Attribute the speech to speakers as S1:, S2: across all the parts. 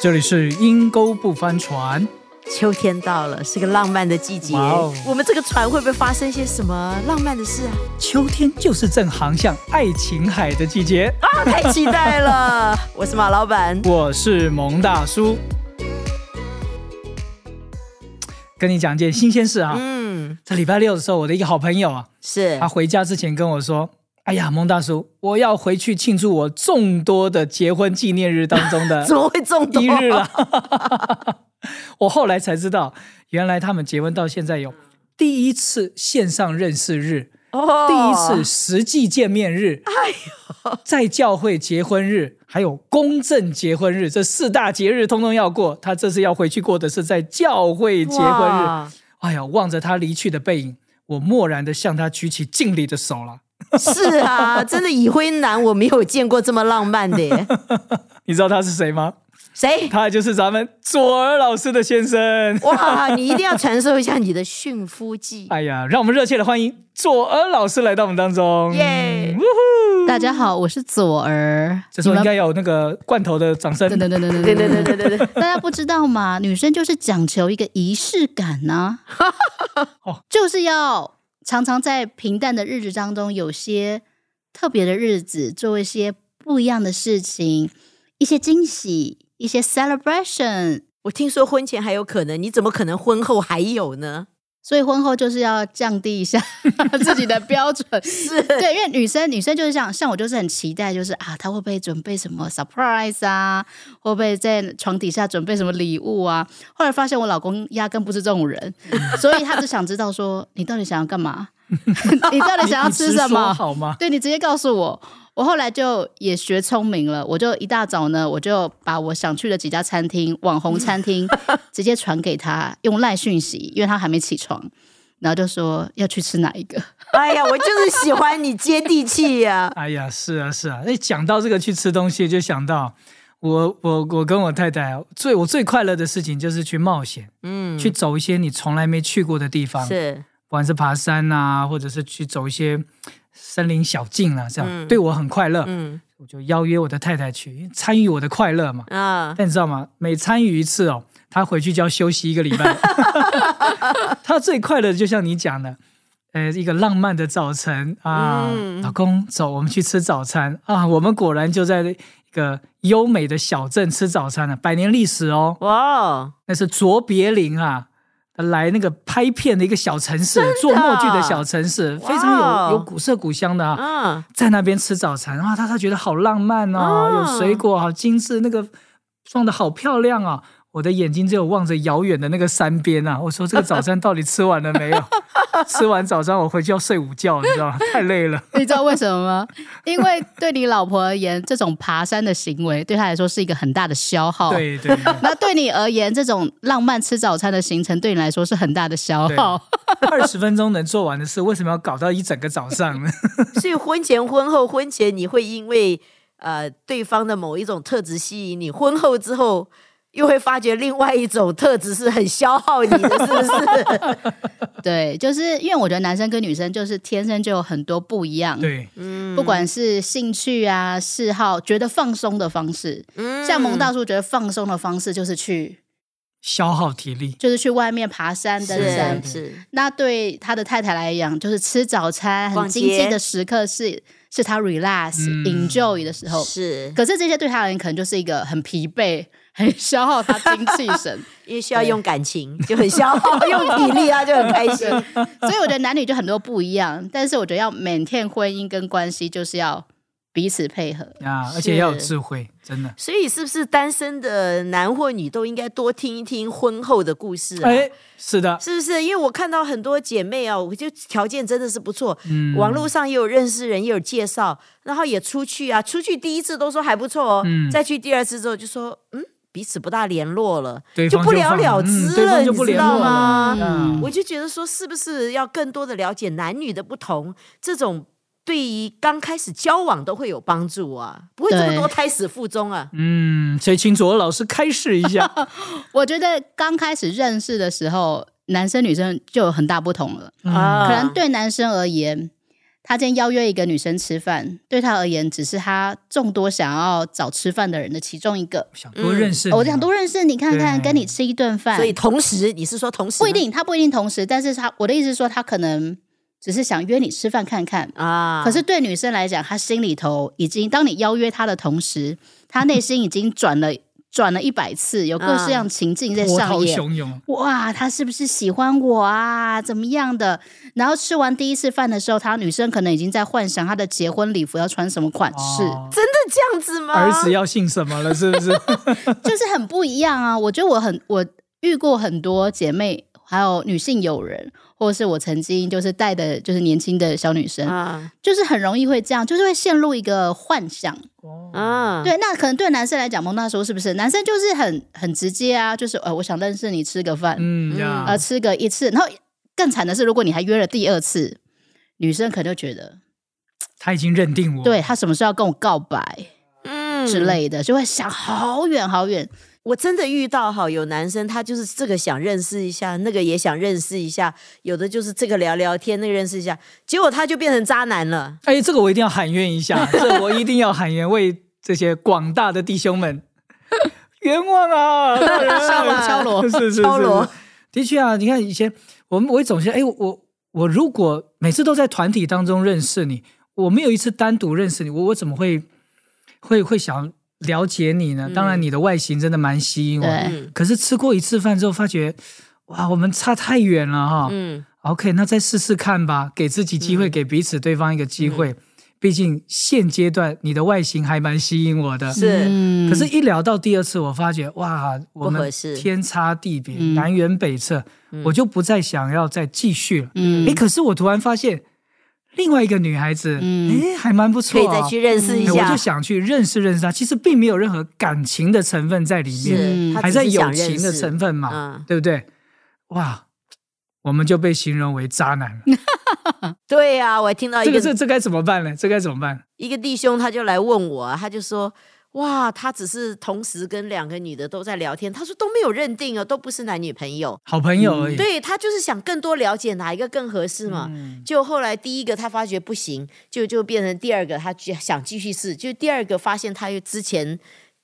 S1: 这里是阴沟不翻船，
S2: 秋天到了，是个浪漫的季节。
S1: 哇哦
S2: 我们这个船会不会发生些什么浪漫的事啊？
S1: 秋天就是正航向爱琴海的季节。
S2: 啊，太期待 了！我是马老板，
S1: 我是蒙大叔，跟你讲件新鲜事啊。
S2: 嗯，
S1: 在礼拜六的时候，我的一个好朋友啊，
S2: 是
S1: 他回家之前跟我说：“哎呀，蒙大叔，我要回去庆祝我众多的结婚纪念日当中 的
S2: 怎么会中毒？
S1: 一日了。” 我后来才知道，原来他们结婚到现在有第一次线上认识日，
S2: 哦哎
S1: 第一次实际见面日，在教会结婚日，还有公证结婚日，这四大节日通通要过。他这次要回去过的是在教会结婚日。
S2: 哇
S1: 哎呀，望着他离去的背影，我漠然的向他举起敬礼的手了。
S2: 是啊，真的已婚男我没有见过这么浪漫的耶。
S1: 你知道他是谁吗？
S2: 谁？
S1: 他就是咱们左儿老师的先生。
S2: 哇，你一定要传授一下你的驯夫技。
S1: 哎呀，让我们热切的欢迎左儿老师来到我们当中。
S2: 耶
S1: 呜呼
S3: 大家好，我是左儿。
S1: 嗯这时候应该有那个罐头的掌声
S3: 你。们等等等等
S2: 对
S3: 等
S2: 对
S3: 等
S2: 对
S3: 等
S2: 对对对，
S3: 大家不知道吗？女生就是讲求一个仪式 感呢、
S1: 哦
S3: 就是要常常在平淡的日子当中，有些特别的日子，做一些不一样的事情，一些惊喜，一些 celebration。
S2: 我听说婚前还有可能，你怎么可能婚后还有呢？
S3: 所以婚后就是要降低一 下自己的标准，
S2: 是，
S3: 对，因为女生女生就是这样，像我就是很期待，就是啊，她会不会准备什么 surprise 啊？会不会在床底下准备什么礼物啊？后来发现我老公压根不是这种 人，所以他只想知道说你到底想要干嘛， 你到底想要
S1: 你
S3: 吃
S1: 直说
S3: 什么？
S1: 好吗？
S3: 对你直接告诉我。我后来就也学聪明了，我就一大早呢，我就把我想去的几家餐厅、网红餐厅直接传给他，用赖讯息，因为他还没起床，然后就说要去吃哪一个。
S2: 哎呀，我就是喜欢你接地气呀、
S1: 哎呀，是啊，是啊。哎，讲到这个去吃东西，就想到我我我跟我太太最我最快乐的事情就是去冒险，
S2: 嗯，
S1: 去走一些你从来没去过的地方，不
S2: 是，
S1: 管是爬山啊，或者是去走一些森林小径啊，这样、
S2: 嗯
S1: 对我很快乐。
S2: 嗯
S1: 我就邀约我的太太去，因为参与我的快乐嘛。
S2: 啊，
S1: 但你知道吗？每参与一次哦，她回去就要休息一个礼 拜。她最快乐的就像你讲的，呃，一个浪漫的早晨啊，
S2: 嗯
S1: 老公，走，我们去吃早餐啊。我们果然就在一个优美的小镇吃早餐了，啊百年历史哦，
S2: 哇哦，
S1: 那是卓别林啊。来那个拍片的一个小城市，做默剧的小城市，非常
S2: 哇哦
S1: 有有古色古香的啊。
S2: 嗯，
S1: 在那边吃早餐啊，他他觉得好浪漫哦，
S2: 哦
S1: 有水果，好精致，那个装的好漂亮哦。我的眼睛只有望着遥远的那个山边啊，我说这个早餐到底吃完了 没有？吃完早餐我回去要睡午觉，你知道吗？太累了。
S3: 你知道为什么吗？因为对你老婆而言，这种爬山的行为对她来说是一个很大的消
S2: 哦
S3: 耗。。
S1: 对对对，
S3: 那对你而言，这种浪漫吃早餐的行程对你来说是很大的消耗。
S1: 二十分钟能做完的事，为什么要搞到一整个早上呢？
S2: 所以婚前婚后，婚前你会因为呃对方的某一种特质吸引你，婚后之后又会发觉另外一种特质是很消耗你的，是不
S3: 嗯
S2: 是？
S3: 对，就是因为我觉得男生跟女生就是天生就有很多不一样，
S1: 对，
S2: 嗯
S3: 不管是兴趣啊、嗜好，觉得放松的方式。
S2: 嗯
S3: 像蒙大叔觉得放松的方式就是去，
S1: 消耗体力。
S3: 就是去外面爬山、登山
S2: 是。是
S3: 那对他的太太来讲，就是吃早餐
S2: 逛
S3: 很
S2: 街
S3: 经济的时刻是是他 relax、
S1: 嗯
S3: enjoy 的时候。
S2: 是，
S3: 可是这些对他而言，可能就是一个很疲惫、很消耗他精气 神。
S2: 因为需要用感情，就很消耗，用体力啊他就很开心。
S3: 所以我觉得男女就很多不一样，但是我觉得要 maintain 婚姻跟关系，就是要彼此配合。
S1: 啊，
S2: 是
S1: 而且要有智慧，真的。
S2: 所以，是不是单身的男或女都应该多听一听婚后的故事啊？
S1: 哎，是的，
S2: 是不是？因为我看到很多姐妹啊，我就条件真的是不错，
S1: 嗯，
S2: 网络上也有认识人，也有介绍，然后也出去啊，出去第一次都说还不错哦，
S1: 嗯
S2: 再去第二次之后就说，嗯，彼此不大联络了，
S1: 对
S2: 就
S1: 方
S2: 不了
S1: 放
S2: 了
S1: 嗯
S2: 之
S1: 对
S2: 了，
S1: 方就不
S2: 你知
S1: 联
S2: 道
S1: 络
S2: 吗？
S1: 了
S3: 嗯
S2: 我就觉得说，是不是要更多的了解男女的不同，这种对于刚开始交往都会有帮助啊，不会这么
S3: 对
S2: 多胎死腹中啊。
S1: 嗯，所以请左老师开示一 下。
S3: 我觉得刚开始认识的时候，男生女生就有很大不同了。
S1: 嗯
S2: 啊
S3: 可能对男生而言，他今天邀约一个女生吃饭，对他而言只是他众多想要找吃饭的人的其中一个。哦
S1: 想多认
S2: 嗯
S1: 识你啊、
S3: 我想多认识你看看，
S1: 对
S3: 跟你吃一顿饭，
S2: 所以同时，你是说同时吗
S3: 不一定，他不一定同时，但是他我的意思是说，他可能只是想约你吃饭看看。
S2: 啊？
S3: 可是对女生来讲，她心里头已经，当你邀约她的同时，她内心已经转了转了一百次，有各式各样情境在
S1: 波涛
S3: 上演。
S1: 汹涌，
S3: 哇，他是不是喜欢我啊？怎么样的？然后吃完第一次饭的时候，她女生可能已经在幻想她的结婚礼服要穿什么款式，
S1: 哦
S2: 真的这样子吗？
S1: 儿子要姓什么了？是不是？
S3: 就是很不一样啊！我觉得我很我遇过很多姐妹，还有女性友人，或者是我曾经就是带的就是年轻的小女生，
S2: 啊
S3: 就是很容易会这样，就是会陷入一个幻想。
S1: 哦，
S2: 啊，
S3: 对，那可能对男生来讲，蒙娜说是不是？男生就是很很直接啊，就是呃，我想认识你，吃个饭，
S1: 嗯呀，
S3: 呃，吃个一次。然后更惨的是，如果你还约了第二次，女生可能就觉得，
S1: 他已经认定我，
S3: 对他什么时候要跟我告白
S2: 嗯
S3: 之。类的，就会想好远好远。
S2: 我真的遇到哈，有男生他就是这个想认识一下，那个也想认识一下，有的就是这个聊聊天，那个认识一下，结果他就变成渣男了。
S1: 哎，这个我一定要喊冤一下，这我一定要喊冤，为这些广大的弟兄们 冤枉啊！
S2: 敲锣敲
S3: 锣
S1: 是是是
S2: 敲锣
S1: 是的确啊，你看以前我们我也总是哎，我我如果每次都在团体当中认识你，我没有一次单独认识你，我我怎么会会会想了解你呢？当然，你的外形真的蛮吸引我的，
S3: 对
S2: 嗯
S1: 可是吃过一次饭之后，发觉哇，我们差太远了哈、
S2: 嗯
S1: OK，那再试试看吧，给自己机会，
S2: 嗯
S1: 给彼此对方一个机会。毕竟现阶段你的外形还蛮吸引我的，
S2: 是
S3: 嗯
S1: 可是，一聊到第二次，我发觉哇，我
S2: 不
S1: 们
S2: 合适
S1: 天差地别，
S3: 嗯
S1: 南辕北辙，
S2: 嗯
S1: 我就不再想要再继续了。
S3: 嗯
S1: 诶，可是我突然发现另外一个女孩子，
S3: 嗯
S1: 诶，还蛮不
S2: 可
S1: 错、
S2: 以
S1: 啊，
S2: 再去认识一
S1: 诶我
S2: 下
S1: 就，想去认识认识她。其实并没有任何感情的成分在里面，
S2: 是，他
S1: 嗯还
S2: 只
S1: 在
S2: 是
S1: 友
S2: 想
S1: 情的
S2: 认识
S1: 成分嘛，
S2: 嗯
S1: 对不对？哇，我们就被形容为渣男了。
S2: 对呀、我还听啊到一
S1: 这
S2: 个
S1: 个这这该怎么办呢？这该怎么办？
S2: 一个弟兄他就来问我啊，他就说：“哇，他只是同时跟两个女的都在聊天，他说都没有认定哦，都不是男女朋友。
S1: 好朋友而已。
S2: 嗯对他就是想更多了解哪一个更合适嘛。
S1: 嗯
S2: 就后来第一个他发觉不行，就就变成第二个，他继想继续试，就第二个发现他又之前。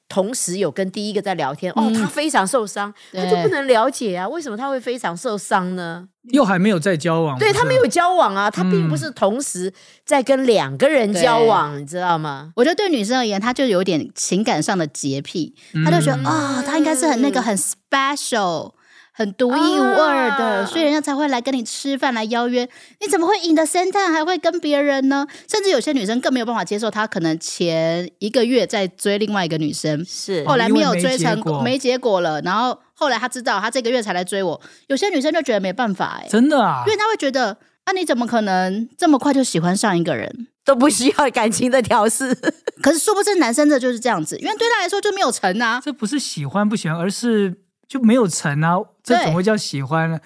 S2: 同时有跟第一个在聊天，哦，
S1: 嗯
S2: 他非常受伤，他就
S3: 对
S2: 不能了解啊，为什么他会非常受伤呢？
S1: 又还没有在交往，
S2: 对
S1: 不是嗯
S2: 他没有交往啊，他并不是同时在跟两个人交
S3: 对
S2: 往，你知道吗？
S3: 我觉得对女生而言，她就有点情感上的洁癖，
S1: 嗯
S3: 她就觉得啊、她应该是很那个很 special。很独一无二的，
S2: 啊
S3: 所以人家才会来跟你吃饭，来啊邀约。你怎么会 in the same time 还会跟别人呢？甚至有些女生更没有办法接受，她可能前一个月在追另外一个女生，
S2: 是
S3: 后来没有追
S1: 因为
S3: 成
S1: 没结果
S3: 功，没结果了。然后后来她知道，她这个月才来追我。有些女生就觉得没办法、欸，
S1: 真的啊
S3: 因，为她会觉得，啊，你怎么可能这么快就喜欢上一个人？
S2: 都不需要感情的调试。
S3: 可是殊不知男生这就是这样子，因为对他来说就没有成啊。
S1: 这不是喜欢不喜欢，而是就没有成啊。这
S3: 对
S1: 怎么会叫喜欢呢？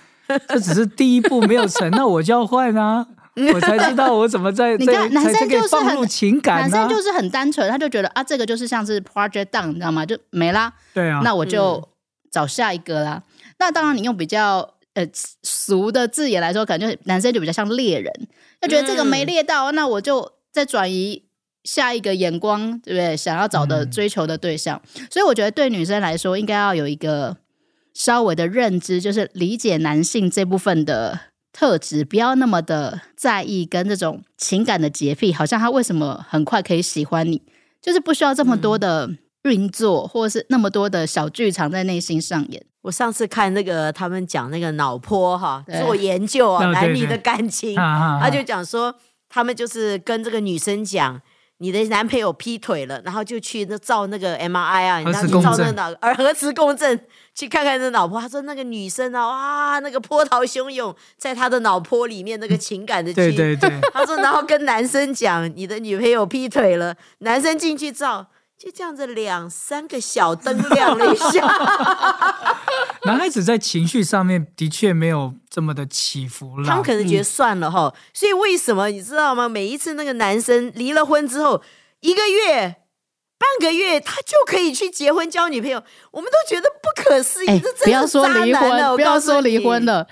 S1: 这只是第一步没有成，那我就要换啊，我才知道我怎么在
S3: 你
S1: 在
S3: 看男
S1: 才
S3: 生
S1: 才可
S3: 就
S1: 以
S3: 是
S1: 放
S3: 很
S1: 入情感啊
S3: 男
S1: 呢
S3: 生。就是很单纯，他就觉得啊，这个就是像是 project down，你知道吗？就没啦，
S1: 对啊，
S3: 那我就找下一个啦。那当然，你用比较呃俗的字眼来说，可能就是男生就比较像猎人，就觉得这个没猎到，那我就再转移下一个眼光，对不对？想要找的
S1: 嗯
S3: 追求的对象，所以我觉得对女生来说，应该要有一个稍微的认知，就是理解男性这部分的。特质不要那么的在意跟这种情感的洁癖，好像他为什么很快可以喜欢你，就是不需要这么多的运作，或者是那么多的小剧场在内心上演。
S2: 我上次看那个他们讲那个脑波哈，
S3: 对
S2: 做研究啊，
S1: 哦对
S2: 男女
S1: 对
S2: 的感情，
S1: 啊啊啊
S2: 他就讲说，他们就是跟这个女生讲。你的男朋友劈腿了，然后就去那照那个 MRI 啊，
S1: 核
S2: 然后
S1: 磁
S2: 去
S1: 共
S2: 照那个
S1: 振
S2: 脑而 核磁共振，去看看那脑波。他说那个女生啊，哇，那个波涛汹涌，在她的脑波里面那个情感的
S1: 对
S2: 区
S1: 对对，
S2: 他说，然后跟男生讲你的女朋友劈腿了，男生进去照，就这样子两三个小灯亮了一下，
S1: 男孩子在情绪上面的确没有这么的起伏
S2: 他
S1: 啦
S2: 们。可能
S3: 嗯
S2: 觉得算了哈。所以为什么你知道吗？每一次那个男生离了婚之后，一个月。半个月他就可以去结婚交女朋友，我们都觉得不可思议。
S3: 哎、
S2: 嗯这真的
S3: 不要说
S2: 是渣
S3: 离
S2: 男了啊哦
S3: 婚，
S2: 我
S3: 不要
S2: 告诉
S3: 说离婚
S2: 你
S3: 了。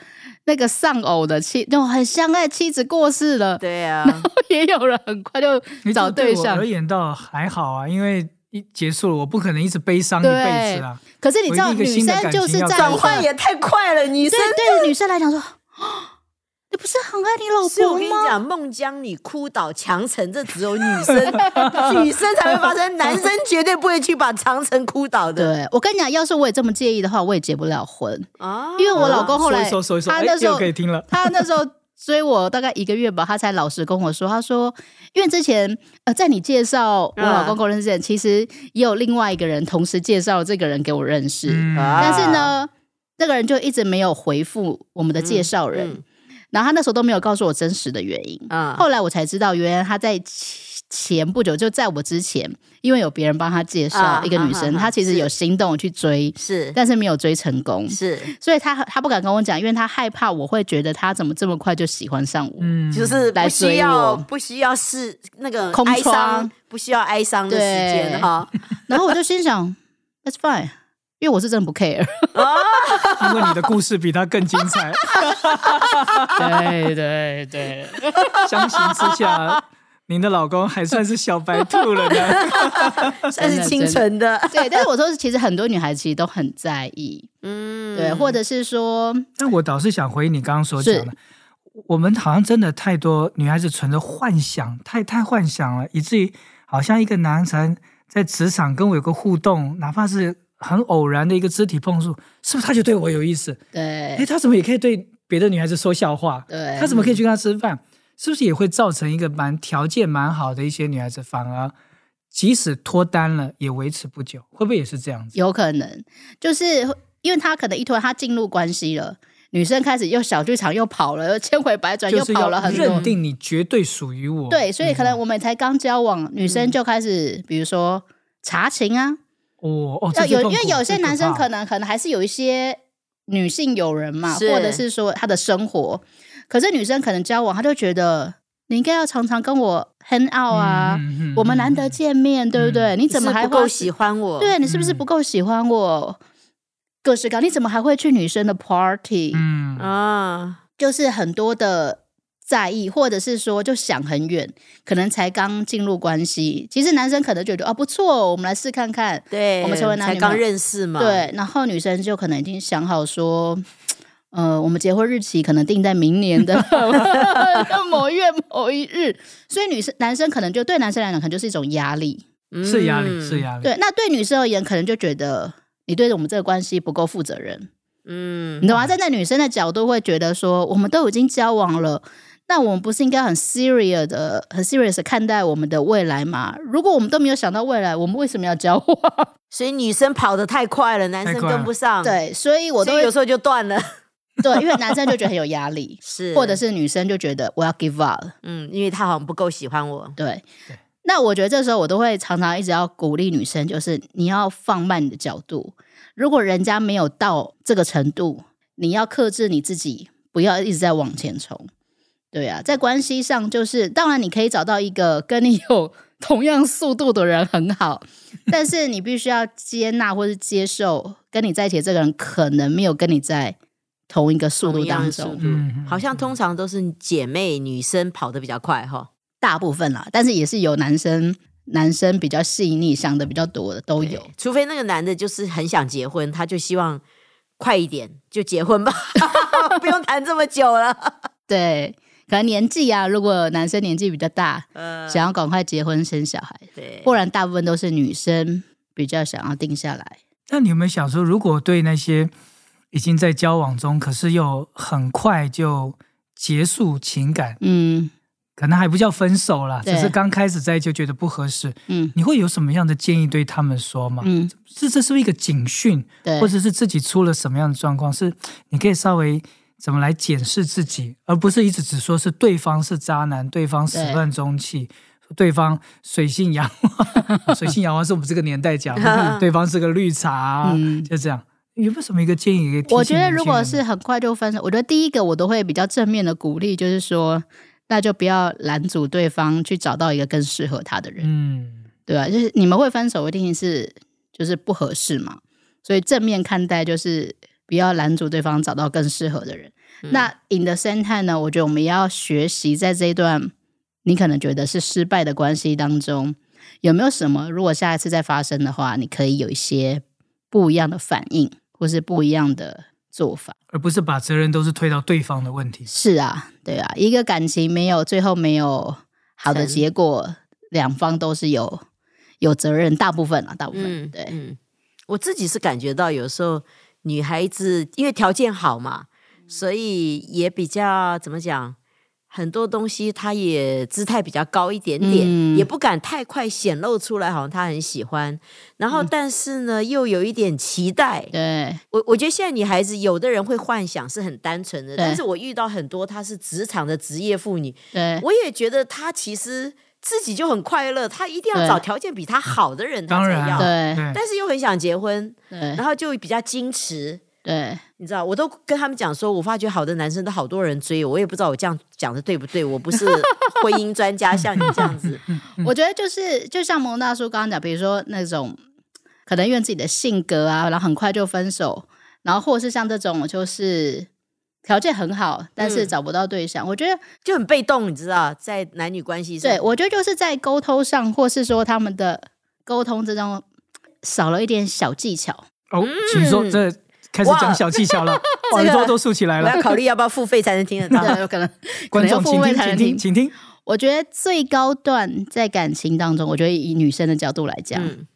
S3: 那个丧偶的妻，那种很相爱的妻子过世了，
S2: 对啊，
S3: 也有人很快就
S1: 你
S3: 找
S1: 对我
S3: 象
S1: 而。言倒还好啊，因为一结束了，我不可能一直悲伤一辈子啊。
S3: 可是你知道，
S1: 我一定
S3: 女
S1: 一个新的
S3: 生就
S1: 感情
S3: 是
S1: 要
S3: 在
S1: 转
S2: 转
S3: 一
S2: 换
S3: 个
S2: 也太快了，女生
S3: 对。啊对女生来讲说， 啊你不是很爱你老
S2: 所以我
S3: 婆
S2: 跟你
S3: 吗？
S2: 讲，孟姜女哭倒长城，这只有女生女生才会发生，男生绝对不会去把长城哭倒的
S3: 对我跟你讲，要是我也这么介意的话，我也结不了婚，
S2: 啊！
S3: 因为我老公后来
S1: 说一说说一说，
S3: 他
S1: 哎
S3: 那时
S1: 又
S3: 候
S1: 可以听了。
S3: 他那时候追我大概一个月吧，他才老实跟我说，他说，因为之前呃，在你介绍我老
S1: 嗯
S3: 公给我认识之前，其实也有另外一个人同时介绍这个人给我认识，
S1: 嗯，
S3: 但是啊呢，那个人就一直没有回复我们的介绍人，
S2: 嗯
S3: 然后他那时候都没有告诉我真实的原因，
S2: 啊，
S3: 后来我才知道，原来他在前前不久就在我之前，因为有别人帮他介绍
S2: 啊
S3: 一个女
S2: 啊
S3: 生，
S2: 啊啊
S3: 他其实
S2: 是
S3: 有心动去追，
S2: 是
S3: 但是没有追成功。
S2: 是，
S3: 所以他他不敢跟我讲，因为他害怕我会觉得他怎么这么快就喜欢上我。
S1: 嗯，
S2: 就是
S3: 来
S2: 不
S3: 追
S2: 需要
S3: 我
S2: 不需要是那个
S3: 空
S2: 哀伤
S3: 窗，
S2: 不需要哀伤的时
S3: 对
S2: 间 哈。
S3: 然后我就心想，That's fine，因为我是真的不 care。
S1: 因为你的故事比他更精彩，
S3: 对对对，
S1: 相形之 下，您的老公还算是小白兔了呢。
S2: 算
S3: 真
S2: 是
S3: 的
S2: 清纯的，
S3: 对。但是我说，其实很多女孩其实都很在意，
S2: 嗯，
S3: 对，或者是说，
S1: 但我倒是想回应你刚刚所讲的，我们好像真的太多女孩子存着幻想，太太幻想了，以至于好像一个男生在职场跟我有个互动，哪怕是很偶然的一个肢体碰触，是不是他就对我有意思？哎，
S3: 对
S1: 他怎么也可以对别的女孩子说笑话？
S3: 对，
S1: 他怎么可以去跟她吃饭？是不是也会造成一个蛮条件蛮好的一些女孩子，反而即使脱单了也维持不久？会不会也是这样子？
S3: 有可能，就是因为他可能一突然他进入关系了，女生开始又小剧场又跑了，又千回百转又
S1: 就是
S3: 跑了
S1: 要
S3: 很
S1: 认嗯
S3: 多。
S1: 定你绝对属于我。
S3: 对，所以可能我们才刚交往，女生就开始比如说查情啊，
S1: 嗯哦哦，这
S3: 呃，
S1: 最
S3: 有因
S1: 痛苦
S3: 为有些男生可
S1: 最怕
S3: 能可能还是有一些女性友人嘛，
S2: 是
S3: 或者是说他的生活，可是女生可能交往，她就觉得你应该要常常跟我 hang out 啊，
S1: 嗯嗯嗯嗯嗯
S3: 我们难得见面，对不对？你
S2: 你
S3: 怎么还
S2: 是
S3: 会
S2: 不够喜？欢我？
S3: 对你是不是不够喜欢我？各式各样，你怎么还会去女生的 party？、
S1: 嗯
S2: 啊，
S3: 就是很多的在意，或者是说就想很远，可能才刚进入关系。其实男生可能觉得哦不错哦，我们来试看看，
S2: 对，
S3: 我们成为男
S2: 才
S3: 女朋
S2: 刚
S3: 友
S2: 认识嘛，
S3: 对，然后女生就可能已经想好说，呃，我们结婚日期可能定在明年的 某月某一日，所以女生男生可能就对男生来讲，可能就是一种压力。
S2: 嗯，
S1: 是压力，是压力。
S3: 对，那对女生而言，可能就觉得你对我们这个关系不够负责任，
S2: 嗯，
S3: 你懂吗？站在女生的角度，会觉得说，我们都已经交往了。那我们不是应该很 serious 的、很 serious 地看待我们的未来吗？如果我们都没有想到未来，我们为什么要交往？
S2: 所以女生跑得太快了，男生
S1: 太快了
S2: 跟不上，，
S3: 对，所以我都
S2: 所以
S3: 会
S2: 有时候就断 了，
S3: 对，因为男生就觉得很有压力，
S2: 是，
S3: 或者 是女生就觉得我要 give up 了。
S2: 嗯，因为他好像不够喜欢我，
S3: 对
S1: 对，
S3: 那我觉得这时候我都会常常一直要鼓励女生，就是你要放慢你的角度，如果人家没有到这个程度，你要克制你自己，不要一直在往前冲。对啊，在关系上就是，当然你可以找到一个跟你有 同样速度的人很好，但是你必须要接纳或是接受跟你在一起的这个人可能没有跟你在同一个速度
S2: 同样
S3: 当
S2: 的速
S3: 中
S2: 度。
S1: 嗯
S2: 好像通常都是姐妹女生跑得比较快哈，
S3: 大部分啦，但是也是有男生男生比较细腻，想的比较多的都有
S2: 对。除非那个男的就是很想结婚，他就希望快一点就结婚吧， 不用谈这么久了。
S3: 对，可能年纪啊，如果男生年纪比较大，
S2: 呃，
S3: 想要赶快结婚生小孩，
S2: 对，
S3: 不然大部分都是女生比较想要定下来。
S1: 那你有没有想说，如果对那些已经在交往中，可是又很快就结束情感，
S3: 嗯
S1: 可能还不叫分手啦，
S3: 对
S1: 只是刚开始在一起就觉得不合适，
S3: 嗯
S1: 你会有什么样的建议对他们说吗？
S3: 嗯，
S1: 是这是不是一个警讯，
S3: 对
S1: 或，者是自己出了什么样的状况？是你可以稍微怎么来检视自己，而不是一直只说是对方是渣男，对方始乱终 弃，对方水性杨花， 水性杨花是我们这个年代讲 的，对方是个绿茶，啊
S3: 嗯
S1: 就这样。有没有什么一个建议可以提醒
S3: 我觉得如果
S1: 年轻
S3: 是
S1: 人
S3: 很快就分手，我觉得第一个我都会比较正面的鼓励，就是说。那就不要拦阻对方去找到一个更适合他的人，
S1: 嗯，
S3: 对吧？就是你们会分手，一定是就是不合适嘛，所以正面看待就是不要拦阻对方找到更适合的人。那 in the same time 呢，我觉得我们也要学习在这一段你可能觉得是失败的关系当中，有没有什么如果下一次再发生的话，你可以有一些不一样的反应，或是不一样的做法。
S1: 而不是把责任都是推到对方的问题。
S3: 是啊，对啊，一个感情没有最后没有好的
S2: 成
S3: 结果，两方都是有有责任，大部分啊，大部分、
S2: 嗯，
S3: 对，
S2: 嗯，我自己是感觉到有时候女孩子因为条件好嘛，所以也比较怎么讲，很多东西她也姿态比较高一点点，
S3: 嗯
S2: 也不敢太快显露出来，好像她很喜欢。然后，但是呢，又有一点期待。
S3: 对，
S2: 我我觉得现在女孩子，有的人会幻想是很单纯的，
S3: 对
S2: 但是我遇到很多她是职场的职业妇女，
S3: 对，
S2: 我也觉得她其实自己就很快乐，她一定要
S3: 对
S2: 找条件比她好的人，她
S1: 当
S2: 才
S1: 然啊，
S2: 要。
S3: 对嗯
S1: 对，
S2: 但是又很想结婚，
S3: 对
S2: 然，后就比较矜持。
S3: 对，
S2: 你知道，我都跟他们讲说，我发觉好的男生都好多人追我，我也不知道我这样讲的对不对，我不 是婚姻专家，像你这 样子，
S3: 我觉得就是就像蒙大叔刚刚讲，比如说那种可能因为自己的性格啊，然后很快就分手，然后或是像这种就是条件很好，但是
S2: 嗯
S3: 找不到对象，我觉得
S2: 就很被动，你知道，在男女关系上，
S3: 对，我觉得就是在沟通上，或是说他们的沟通之中少了一点小技巧。
S1: 哦，请说，这开始讲小技巧 了，
S2: 哇
S1: 耳
S2: 这
S1: 朵
S2: 个
S1: 都竖起来
S2: 我
S1: 了
S2: 要。考虑要不要付费才能听得 到。
S3: 对，有可能可
S1: 观
S3: 能要
S1: 众，
S3: 付
S1: 请
S3: 费
S1: 听，
S3: 才
S1: 请
S3: 能
S1: 听，
S3: 听。
S1: 请听。
S3: 我觉得最高段在感情当中，我觉得以女生的角度来讲，
S2: 嗯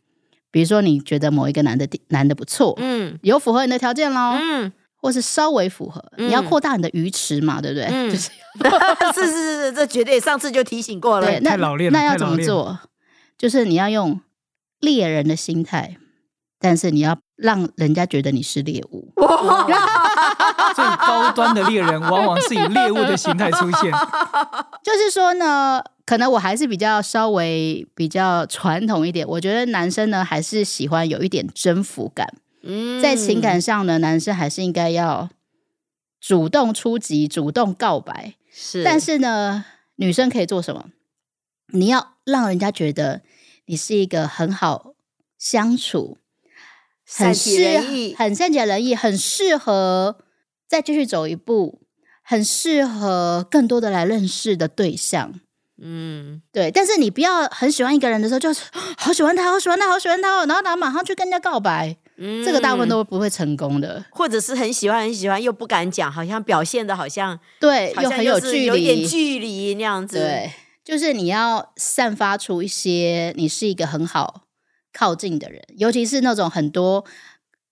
S3: 比如说你觉得某一个男的男的不错，
S2: 嗯
S3: 有符合你的条件
S1: 哦
S3: 喽，
S2: 嗯，
S3: 或是稍微符合，
S2: 嗯
S3: 你要扩大你的鱼池嘛，对不对？
S2: 嗯
S3: 就是
S2: 是是是是，这绝对上次就提醒过了。
S3: 对，那
S1: 太老练了
S3: 那要
S1: 太
S3: 怎
S1: 老
S3: 么
S1: 练
S3: 做？就是你要用猎人的心态，但是你要让人家觉得你是猎物。
S1: 最高端的猎人往往是以猎物的形态出现，
S3: 就是说呢，可能我还是比较稍微比较传统一点。我觉得男生呢，还是喜欢有一点征服感，
S2: 嗯
S3: 在情感上呢，男生还是应该要主动出击、主动告白。
S2: 是，
S3: 但是呢，女生可以做什么？你要让人家觉得你是一个很好相处、很
S2: 善解
S3: 适
S2: 人意、
S3: 很善解人意、很适合再继续走一步、很适合更多的来认识的对象。
S2: 嗯，
S3: 对，但是你不要很喜欢一个人的时候，就是啊好喜欢他，好喜欢他，好喜欢他哦，然后他马上去跟人家告白，
S2: 嗯
S3: 这个大部分都不会成功的。
S2: 或者是很喜欢很喜欢又不敢讲，好像表现的好像
S3: 对，
S2: 好
S3: 又
S2: 像
S3: 很
S2: 又是
S3: 距
S2: 有一
S3: 离
S2: 点，距离那样子。
S3: 对，就是你要散发出一些你是一个很好靠近的人，尤其是那种很多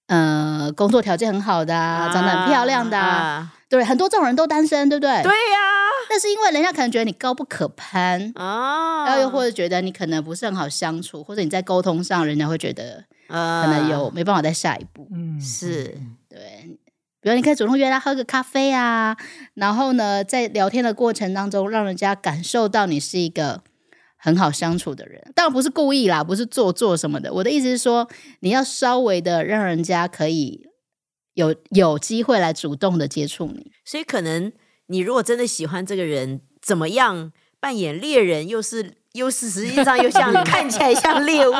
S3: 呃工作条件很好的啊，长得很漂亮的啊，
S2: 啊
S3: 对，很多这种人都单身，对不对？
S2: 对。啊呀、
S3: 但是因为人家可能觉得你高不可攀，
S2: 啊，
S3: 然后又或者觉得你可能不是很好相处，或者你在沟通上，人家会觉得
S2: 呃
S3: 可能有没办法再下一步。
S1: 嗯，
S2: 是
S3: 对，比如你可以主动约他喝个咖啡啊，然后呢，在聊天的过程当中，让人家感受到你是一个很好相处的人。当然不是故意啦，不是做作什么的。我的意思是说，你要稍微的让人家可以有有机会来主动的接触你。
S2: 所以可能你如果真的喜欢这个人，怎么样扮演猎人，又是又是实际上 又像看起来像猎物，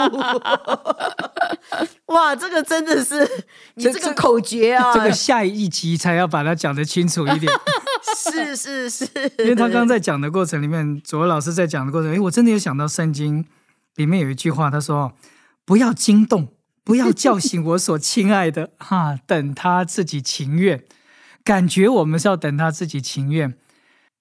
S2: 哇，这个真的是你
S1: 这
S2: 这个
S1: 这
S2: 口诀啊，
S1: 这个下一集才要把它讲得清楚一点，
S2: 是是是，
S1: 因 为他刚刚在讲的过程里面，左老师在讲的过程，诶，我真的有想到圣经里面有一句话，他说：“不要惊动，不要叫醒我所亲爱的， 哈，等他自己情愿。”感觉我们是要等他自己情愿，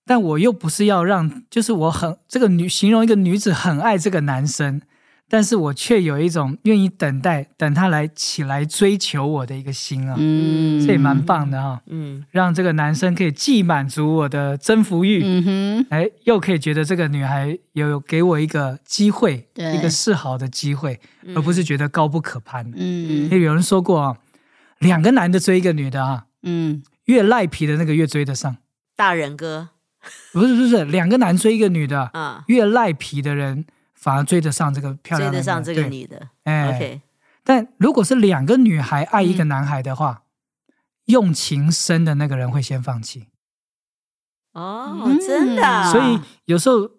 S1: 但我又不是要让，就是我很这个女形容一个女子很爱这个男生，但是我却有一种愿意等待，等他来起来追求我的一个心啊，
S3: 嗯
S1: 这也蛮棒的哈、
S2: 嗯，
S1: 让这个男生可以既满足我的征服欲，
S3: 嗯哼，
S1: 哎，又可以觉得这个女孩有给我一个机会，
S3: 对
S1: 一个示好的机会，
S2: 嗯
S1: 而不是觉得高不可攀。
S3: 嗯
S1: 也有人说过啊，两个男的追一个女的啊，
S3: 嗯
S1: 越赖皮的那个越追得上。
S2: 大人哥
S1: 不是不是，两个男追一个女的，
S2: 啊，
S1: 越赖皮的人反而追得上这个漂
S2: 追
S1: 亮的女
S2: 得
S1: 的
S2: 上这个。
S1: 对
S2: 女的
S1: 哎
S2: ，OK，嗯
S1: 但如果是两个女孩爱一个男孩的话，用情深的那个人会先放弃。
S2: 哦
S3: 嗯，
S2: 真的啊，
S1: 所以有时候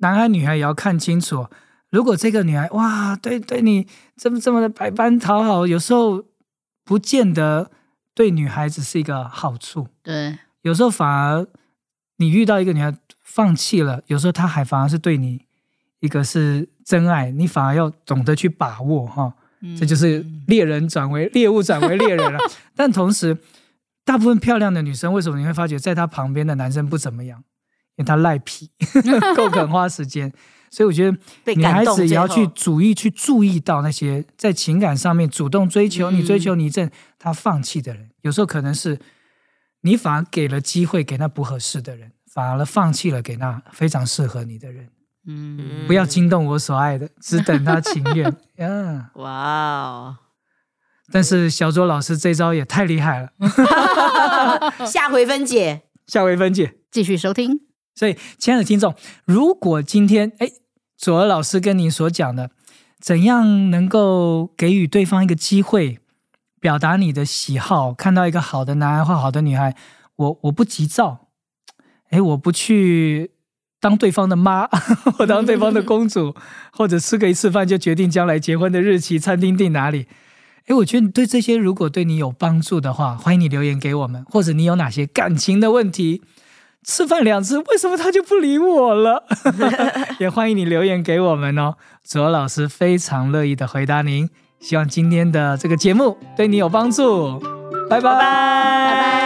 S1: 男孩女孩也要看清楚。如果这个女孩哇，对对你这么这么的百般讨好，有时候不见得对女孩子是一个好处。
S3: 对，
S1: 有时候反而你遇到一个女孩放弃了，有时候她还反而是对你一个是真爱，你反而要懂得去把握哈、
S3: 嗯
S1: 这就是
S2: 嗯
S1: 猎人转为猎物转为猎人 了。但同时，大部分漂亮的女生为什么你会发觉在她旁边的男生不怎么样？因为她赖 皮，够肯花时间。所以我觉得
S2: 被
S1: 女
S2: 感
S1: 孩
S2: 动
S1: 子也
S2: 最
S1: 要去
S2: 后
S1: 主意去注意到那些在情感上面主动追
S2: 嗯
S1: 求你、追求你一阵，她放弃的人，有时候可能是你反而给了机会给那不合适的人，反而放弃了给那非常适合你的人。
S3: 嗯，
S1: 不要
S2: 惊
S1: 惊动我所爱的，只等他情 愿。嗯。
S2: 哇哦！
S1: 但是小左老师这招也太厉害了，嗯
S2: 下回分解，
S1: 夏薇芬姐。
S3: 继续收听。
S1: 所以，亲爱的听众，如果今天哎，左儿老师跟你所讲的，怎样能够给予对方一个机会，表达你的喜好，看到一个好的男孩或好的女孩，我我不急躁，哎，我不去当对方的妈， 我当对方的公主，或者吃个一次饭就决定将来结婚的日期、餐厅定哪里。哎，我觉得你对这些如果对你有帮助的话，欢迎你留言给我们，或者你有哪些感情的问题，吃饭两次为什么他就不理我了？ 也欢迎你留言给我们哦，左老师非常乐意的回答您。希望今天的这个节目对你有帮助，拜拜
S2: 拜拜。